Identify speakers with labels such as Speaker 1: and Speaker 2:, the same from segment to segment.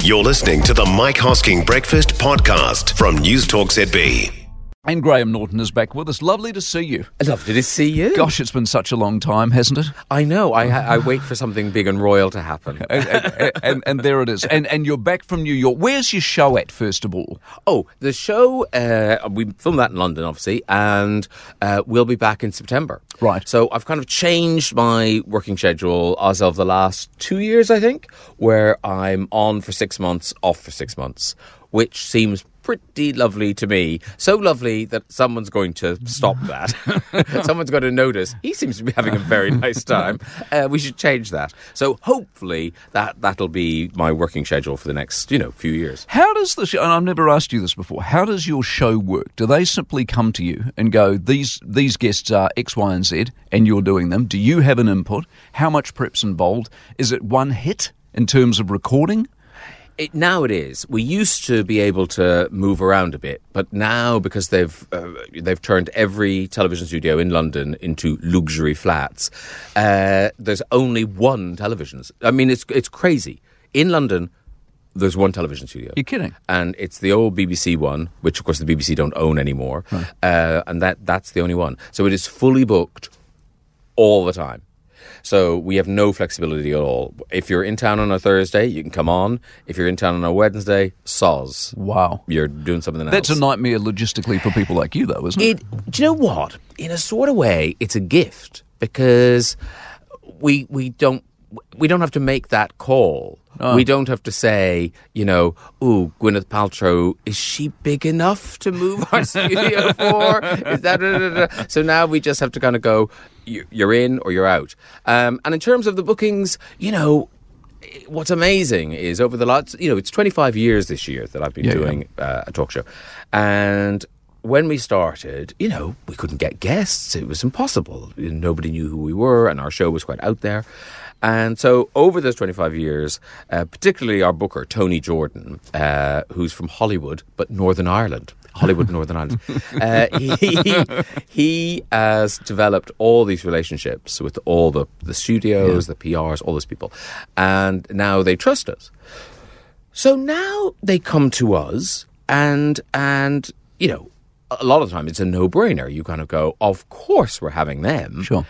Speaker 1: You're listening to the Mike Hosking Breakfast Podcast from News Talk ZB.
Speaker 2: And Graham Norton is back with us. Lovely to see you.
Speaker 3: Lovely to see you.
Speaker 2: Gosh, it's been such a long time, hasn't it?
Speaker 3: I know. I, I wait for something big and royal to happen.
Speaker 2: And, and, and, and there it is. And, and you're back from New York. Where's your show at, first of all?
Speaker 3: Oh, the show, uh, we filmed that in London, obviously, and uh, we'll be back in September.
Speaker 2: Right.
Speaker 3: So I've kind of changed my working schedule as of the last two years, I think, where I'm on for six months, off for six months, which seems pretty lovely to me. So lovely that someone's going to stop that. someone's going to notice. He seems to be having a very nice time. Uh, we should change that. So hopefully that that'll be my working schedule for the next you know few years.
Speaker 2: How does the show, and I've never asked you this before, how does your show work? Do they simply come to you and go, these, these guests are X, Y, and Z, and you're doing them? Do you have an input? How much prep's involved? Is it one hit in terms of recording?
Speaker 3: It, now it is. We used to be able to move around a bit, but now because they've uh, they've turned every television studio in London into luxury flats, uh, there's only one television. I mean, it's it's crazy in London. There's one television studio.
Speaker 2: You're kidding.
Speaker 3: And it's the old BBC one, which of course the BBC don't own anymore, uh, and that that's the only one. So it is fully booked all the time. So we have no flexibility at all. If you're in town on a Thursday, you can come on. If you're in town on a Wednesday, soz.
Speaker 2: Wow.
Speaker 3: You're doing something else.
Speaker 2: That's a nightmare logistically for people like you, though, isn't it?
Speaker 3: It, do you know what? In a sort of way, it's a gift because we we don't we don't have to make that call. We don't have to say, you know, ooh, Gwyneth Paltrow, is she big enough to move our studio for? Is that da, da, da, da. so? Now we just have to kind of go, "You- you're in or you're out. Um, and in terms of the bookings, you know. What's amazing is over the last, you know, it's 25 years this year that I've been
Speaker 2: Yeah, yeah.
Speaker 3: doing uh, a talk show. And when we started, you know, we couldn't get guests. It was impossible. Nobody knew who we were, and our show was quite out there. And so, over those 25 years, uh, particularly our booker, Tony Jordan, uh, who's from Hollywood, but Northern Ireland, Hollywood, Northern Ireland, uh, he, he has developed all these relationships with all the, the studios, the PRs, all those people. And now they trust us. So now they come to us, and and you know, a lot of the time it's a no-brainer. You kind of go, of course we're having them.
Speaker 2: Sure.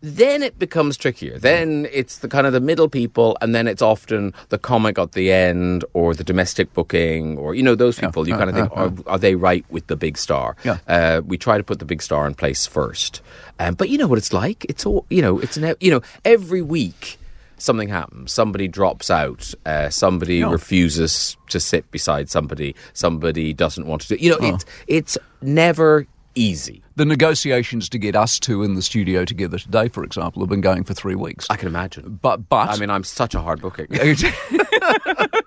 Speaker 3: Then it becomes trickier. Then it's the kind of the middle people, and then it's often the comic at the end or the domestic booking or you know those people. you kind of think, are, are they right with the big star?
Speaker 2: Yeah.
Speaker 3: Uh, we try to put the big star in place first, um, but you know what it's like. It's all you know. It's an, e, you know every week. Something happens. Somebody drops out. Uh, somebody refuses to sit beside somebody. Somebody doesn't want to do. You know, it's it's never easy.
Speaker 2: The negotiations to get us two in the studio together today, for example, have been going for three weeks.
Speaker 3: I can imagine.
Speaker 2: But but
Speaker 3: I mean, I'm such a hard booking.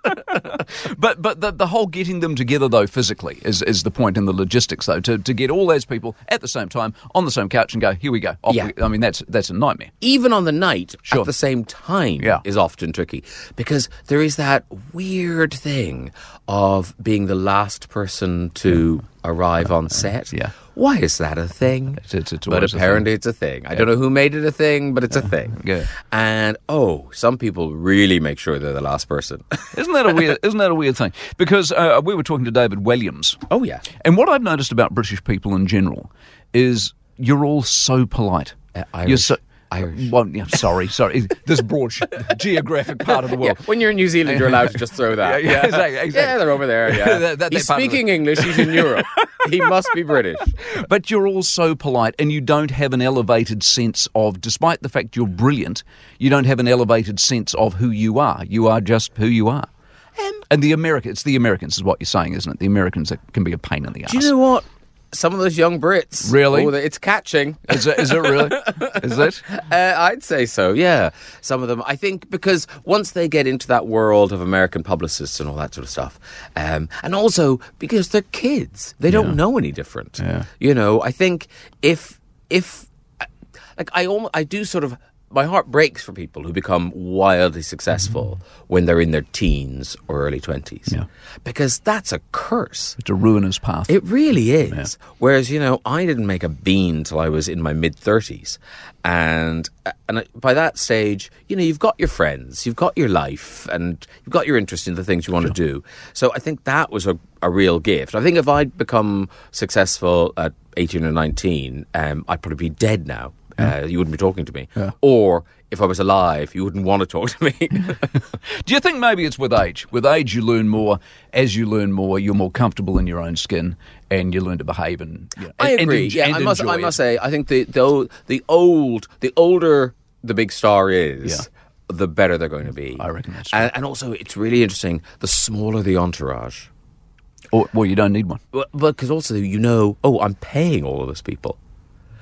Speaker 2: but but the, the whole getting them together though physically is, is the point in the logistics though to, to get all those people at the same time on the same couch and go here we go off
Speaker 3: Yeah.
Speaker 2: we- I mean that's that's a nightmare
Speaker 3: even on the night
Speaker 2: Sure.
Speaker 3: at the same time
Speaker 2: Yeah.
Speaker 3: is often tricky because there is that weird thing of being the last person to arrive on set.
Speaker 2: Uh, yeah.
Speaker 3: Why is that a thing?
Speaker 2: It's- it's- it's
Speaker 3: but
Speaker 2: always a thing.
Speaker 3: apparently it's a thing. I don't know who made it a thing, but it's a thing.
Speaker 2: Yeah.
Speaker 3: And oh, some people really make sure they're the last person.
Speaker 2: isn't that a weird isn't that a weird thing because uh, we were talking to David Williams
Speaker 3: oh yeah.
Speaker 2: and what I've noticed about British people in general is you're all so polite
Speaker 3: Uh,
Speaker 2: you're
Speaker 3: Irish.
Speaker 2: so uh,
Speaker 3: Irish.
Speaker 2: well, yeah, sorry, sorry. This broad sh- geographic part of the world.
Speaker 3: Yeah, when you're in New Zealand, you're allowed to just throw that.
Speaker 2: Yeah, yeah, exactly, exactly.
Speaker 3: Yeah, they're over there. Yeah,
Speaker 2: That- that-
Speaker 3: he's
Speaker 2: that part of the-
Speaker 3: speaking English. He's in Europe. he must be British.
Speaker 2: But you're all so polite and you don't have an elevated sense of, despite the fact you're brilliant, you don't have an elevated sense of who you are. You are just who you are. and the America, it's the Americans is what you're saying, isn't it? The Americans that can be a pain in the ass.
Speaker 3: Do you know what? Some of those young Brits.
Speaker 2: Really?
Speaker 3: Oh, they- it's catching.
Speaker 2: is, it, is it really? Is it?
Speaker 3: Uh, I'd say so, yeah. Some of them, I think, because once they get into that world of American publicists and all that sort of stuff, um, and also because they're kids, they don't know any different. You know, I think if if like I almost I do sort of my heart breaks for people who become wildly successful when they're in their teens or early 20s.
Speaker 2: Mm-hmm. Yeah.
Speaker 3: Because that's a curse.
Speaker 2: It's a ruinous path.
Speaker 3: It really is. Whereas you know, I didn't make a bean till I was in my mid thirties, and and by that stage, you know, you've got your friends, you've got your life, and you've got your interest in the things you want to do. So I think that was a, a real gift. I think if I'd become successful at eighteen or nineteen, um, I'd probably be dead now. Uh, you wouldn't be talking to me, or if I was alive, you wouldn't want to talk to me.
Speaker 2: Do you think maybe it's with age? With age, you learn more. As you learn more, you're more comfortable in your own skin, and you learn to behave. And you know,
Speaker 3: I
Speaker 2: and- and
Speaker 3: agree.
Speaker 2: en-
Speaker 3: yeah,
Speaker 2: and
Speaker 3: I must.
Speaker 2: enjoy
Speaker 3: I
Speaker 2: it.
Speaker 3: must say, I think the the o- the old the older the big star is.
Speaker 2: Yeah.
Speaker 3: The better they're going to be.
Speaker 2: I reckon that's
Speaker 3: And, and also, it's really interesting. The smaller the entourage,
Speaker 2: Or, well, you don't need one.
Speaker 3: but because also you know, oh, I'm paying all of those people.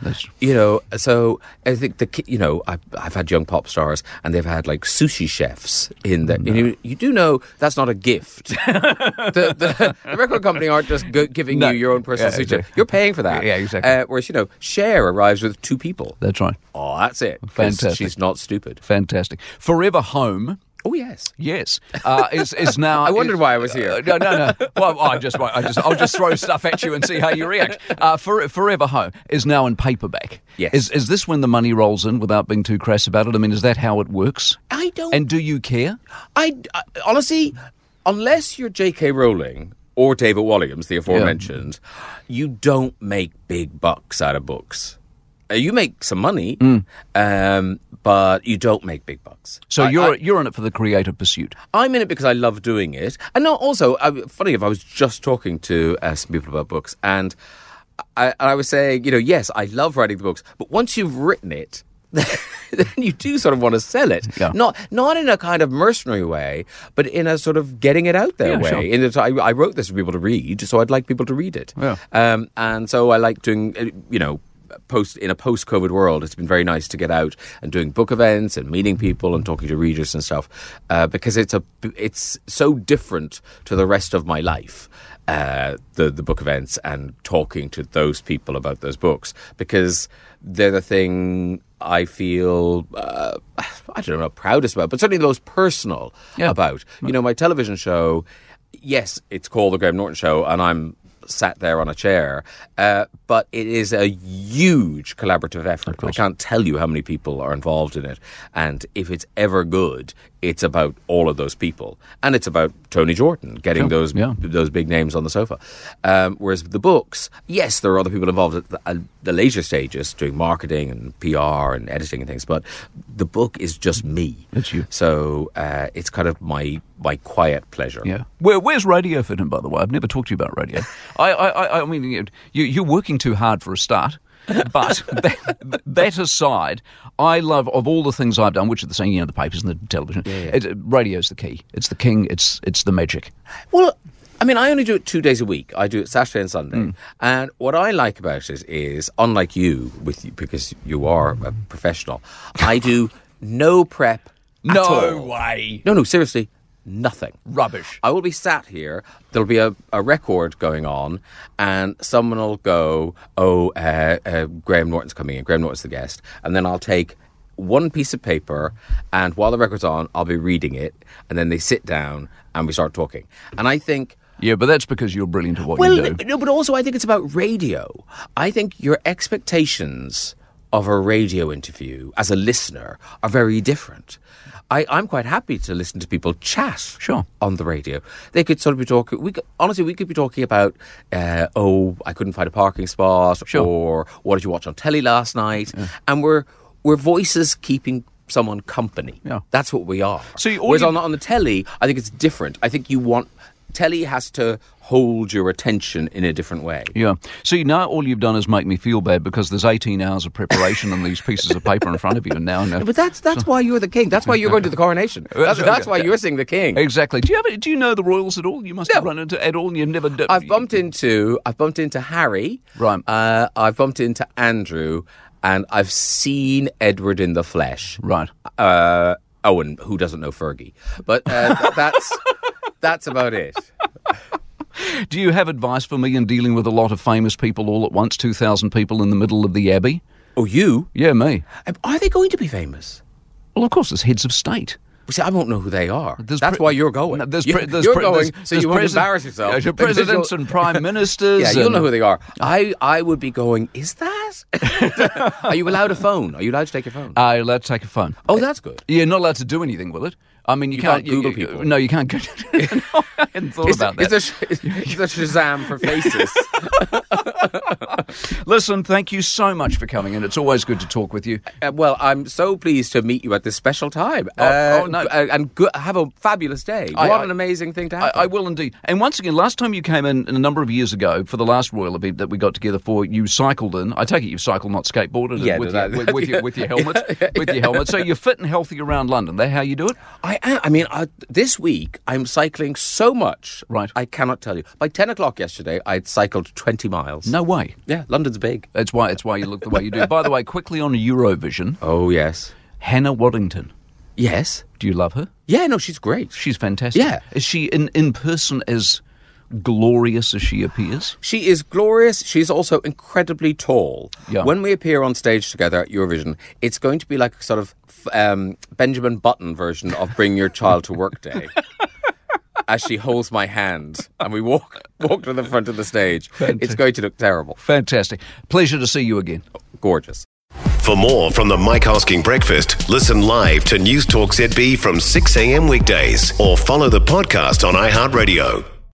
Speaker 2: That's,
Speaker 3: You know, so I think the ki- you know I, I've had young pop stars and they've had like sushi chefs in there. And you, you do know that's not a gift. the, the, the record company aren't just go, giving
Speaker 2: No.
Speaker 3: you your own personal
Speaker 2: Yeah,
Speaker 3: sushi.
Speaker 2: exactly.
Speaker 3: You're paying for that.
Speaker 2: Yeah, exactly.
Speaker 3: Uh, whereas you know, Cher arrives with two people.
Speaker 2: that's right.
Speaker 3: Oh, that's it. 'Cause
Speaker 2: Fantastic.
Speaker 3: She's not stupid.
Speaker 2: Fantastic. Forever Home.
Speaker 3: Oh yes.
Speaker 2: Yes, uh, is is now.
Speaker 3: I wondered
Speaker 2: is-
Speaker 3: why I was here.
Speaker 2: Uh, no, no, no. Well, I just, I just, I'll just throw stuff at you and see how you react. Uh, For, Forever Home is now in paperback.
Speaker 3: Yes.
Speaker 2: Is is this when the money rolls in without being too crass about it? I mean, is that how it works?
Speaker 3: I don't.
Speaker 2: And do you care?
Speaker 3: I, I- honestly, unless you're J.K. Rowling or David Walliams, the aforementioned, you don't make big bucks out of books. Uh, You make some money, um, but you don't make big bucks.
Speaker 2: So
Speaker 3: I-
Speaker 2: you're you're in it for the creative pursuit.
Speaker 3: I'm in it because I love doing it. And no, also, I, funny if I was just talking to uh, some people about books, and I, and I was saying, you know, yes, I love writing the books, but once you've written it, then you do sort of want to sell it,
Speaker 2: Yeah.
Speaker 3: not not in a kind of mercenary way, but in a sort of getting it out there
Speaker 2: Yeah,
Speaker 3: way.
Speaker 2: sure.
Speaker 3: In that I, I wrote this for people to read, so I'd like people to read it.
Speaker 2: Yeah.
Speaker 3: Um, and so I like doing, uh, you know, post in a post-COVID world, it's been very nice to get out and doing book events and meeting people and talking to readers and stuff uh, because it's a it's so different to the rest of my life. Uh, the the book events and talking to those people about those books because they're the thing I feel uh, I don't know proudest about, but certainly the most personal
Speaker 2: Yeah.
Speaker 3: about. You know, my television show, yes, it's called The Graham Norton Show, and I'm sat there on a chair, uh, but it is a huge collaborative effort. I can't tell you how many people are involved in it. And if it's ever good, it's about all of those people. And it's about Tony Jordan getting those
Speaker 2: yeah.
Speaker 3: those big names on the sofa. Um, whereas the books, yes, there are other people involved at the, at the later stages doing marketing and PR and editing and things, but the book is just me.
Speaker 2: It's you.
Speaker 3: So uh, it's kind of my my quiet pleasure.
Speaker 2: Yeah. Where, where's radio fit in, by the way? I've never talked to you about radio. I, I, I, I mean, you, you- you're working too hard for a start. but that, that aside, I love of all the things I've done, which are the same, you know, the papers and the television. It, radio's the key. It's the king. It's it's the magic.
Speaker 3: Well, I mean, I only do it two days a week. I do it Saturday and Sunday.
Speaker 2: Mm.
Speaker 3: And what I like about it is, unlike you, with you, because you are a professional, I do no prep. at all.
Speaker 2: way.
Speaker 3: No, no, seriously, nothing.
Speaker 2: Rubbish.
Speaker 3: I will be sat here. There'll be a, a record going on, and someone will go, "Oh, uh, uh, Graham Norton's coming in. Graham Norton's the guest," and then I'll take one piece of paper, and while the record's on, I'll be reading it, and then they sit down and we start talking. And I think.
Speaker 2: Yeah, but that's because you're brilliant at what
Speaker 3: Well,
Speaker 2: you do.
Speaker 3: n- no, but also I think it's about radio. I think your expectations of a radio interview as a listener are very different. I, I'm quite happy to listen to people chat
Speaker 2: Sure.
Speaker 3: on the radio. They could sort of be talking. We could, honestly, we could be talking about, uh, oh, I couldn't find a parking spot,
Speaker 2: Sure.
Speaker 3: or what did you watch on telly last night? And we're we're voices keeping someone company.
Speaker 2: Yeah.
Speaker 3: That's what we are.
Speaker 2: So you- all
Speaker 3: Whereas
Speaker 2: you-
Speaker 3: on on the telly, I think it's different. I think you want telly has to hold your attention in a different way.
Speaker 2: Yeah. See, now all you've done is make me feel bad because there's 18 hours of preparation on these pieces of paper in front of you, and now, now
Speaker 3: But that's that's why you're the king. That's why you're going to the coronation. That's, that's why you're seeing the king.
Speaker 2: Exactly. Do you ever, do you know the Royals at all? You must have
Speaker 3: No.
Speaker 2: run into at all. You've never. d-
Speaker 3: I've bumped into I've bumped into Harry.
Speaker 2: Right.
Speaker 3: Uh, I've bumped into Andrew, and I've seen Edward in the flesh.
Speaker 2: Right.
Speaker 3: Uh, oh, and who doesn't know Fergie? But uh, th- that's that's about it.
Speaker 2: Do you have advice for me in dealing with a lot of famous people all at once? Two thousand people in the middle of the Abbey.
Speaker 3: Oh, you?
Speaker 2: Yeah, me.
Speaker 3: Um, Are they going to be famous?
Speaker 2: Well, of course, there's heads of state.
Speaker 3: Well, See, I won't know who they are.
Speaker 2: There's
Speaker 3: That's
Speaker 2: pre-
Speaker 3: why you're going.
Speaker 2: No, there's
Speaker 3: You-
Speaker 2: pre- there's
Speaker 3: you're
Speaker 2: pre-
Speaker 3: going,
Speaker 2: there's-
Speaker 3: so
Speaker 2: there's
Speaker 3: you won't
Speaker 2: presi-
Speaker 3: embarrass yourself.
Speaker 2: There's your
Speaker 3: Because you'll-
Speaker 2: presidents and prime ministers.
Speaker 3: Yeah, you'll
Speaker 2: and-
Speaker 3: know who they are. I, I would be going, is that? are you allowed a phone? Are you allowed to take your phone?
Speaker 2: Uh, you're allowed to take a phone.
Speaker 3: oh, that's good.
Speaker 2: You're not allowed to do anything with it. I mean, you,
Speaker 3: You can't
Speaker 2: you-
Speaker 3: Google
Speaker 2: you-
Speaker 3: people.
Speaker 2: No, you can't. Go- no, I hadn't thought about that.
Speaker 3: Is there, sh- is there Shazam for faces?
Speaker 2: Listen, thank you so much for coming in. It's always good to talk with you.
Speaker 3: Uh, well, I'm so pleased to meet you at this special time.
Speaker 2: Oh, oh, no.
Speaker 3: uh, and go- have a fabulous day.
Speaker 2: I-
Speaker 3: what
Speaker 2: I-
Speaker 3: an amazing thing to
Speaker 2: I,
Speaker 3: happen.
Speaker 2: I will indeed. And once again, last time you came in a number of years ago for the last Royal event that we got together for, you cycled in. I take it you've cycled, not skateboarded, in
Speaker 3: Yeah,
Speaker 2: with,
Speaker 3: that-
Speaker 2: your, with, with your with your helmet, with your helmet. So you're fit and healthy around London. That how you do it?
Speaker 3: I am. I mean, I, this week I'm cycling so much.
Speaker 2: Right.
Speaker 3: I cannot tell you. By 10 o'clock yesterday, I'd cycled 20 miles.
Speaker 2: No way.
Speaker 3: Yeah, London's big.
Speaker 2: That's why. That's why you look the way you do. By the way, quickly on Eurovision,
Speaker 3: Oh, yes.
Speaker 2: Hannah Waddington.
Speaker 3: Yes.
Speaker 2: Do you love her?
Speaker 3: Yeah, no, she's great.
Speaker 2: She's fantastic.
Speaker 3: Yeah.
Speaker 2: Is she in, in person as glorious as she appears?
Speaker 3: She is glorious. She's also incredibly tall.
Speaker 2: Yeah.
Speaker 3: When we appear on stage together at Eurovision, it's going to be like a sort of f- um, Benjamin Button version of Bring Your Child to Work Day. As she holds my hand and we walk walk to the front of the stage, it's going to look terrible.
Speaker 2: Fantastic. Pleasure to see you again.
Speaker 3: Gorgeous.
Speaker 1: For more from the Mike Hosking Breakfast, listen live to News Talk ZB from 6 a.m. weekdays or follow the podcast on iHeartRadio.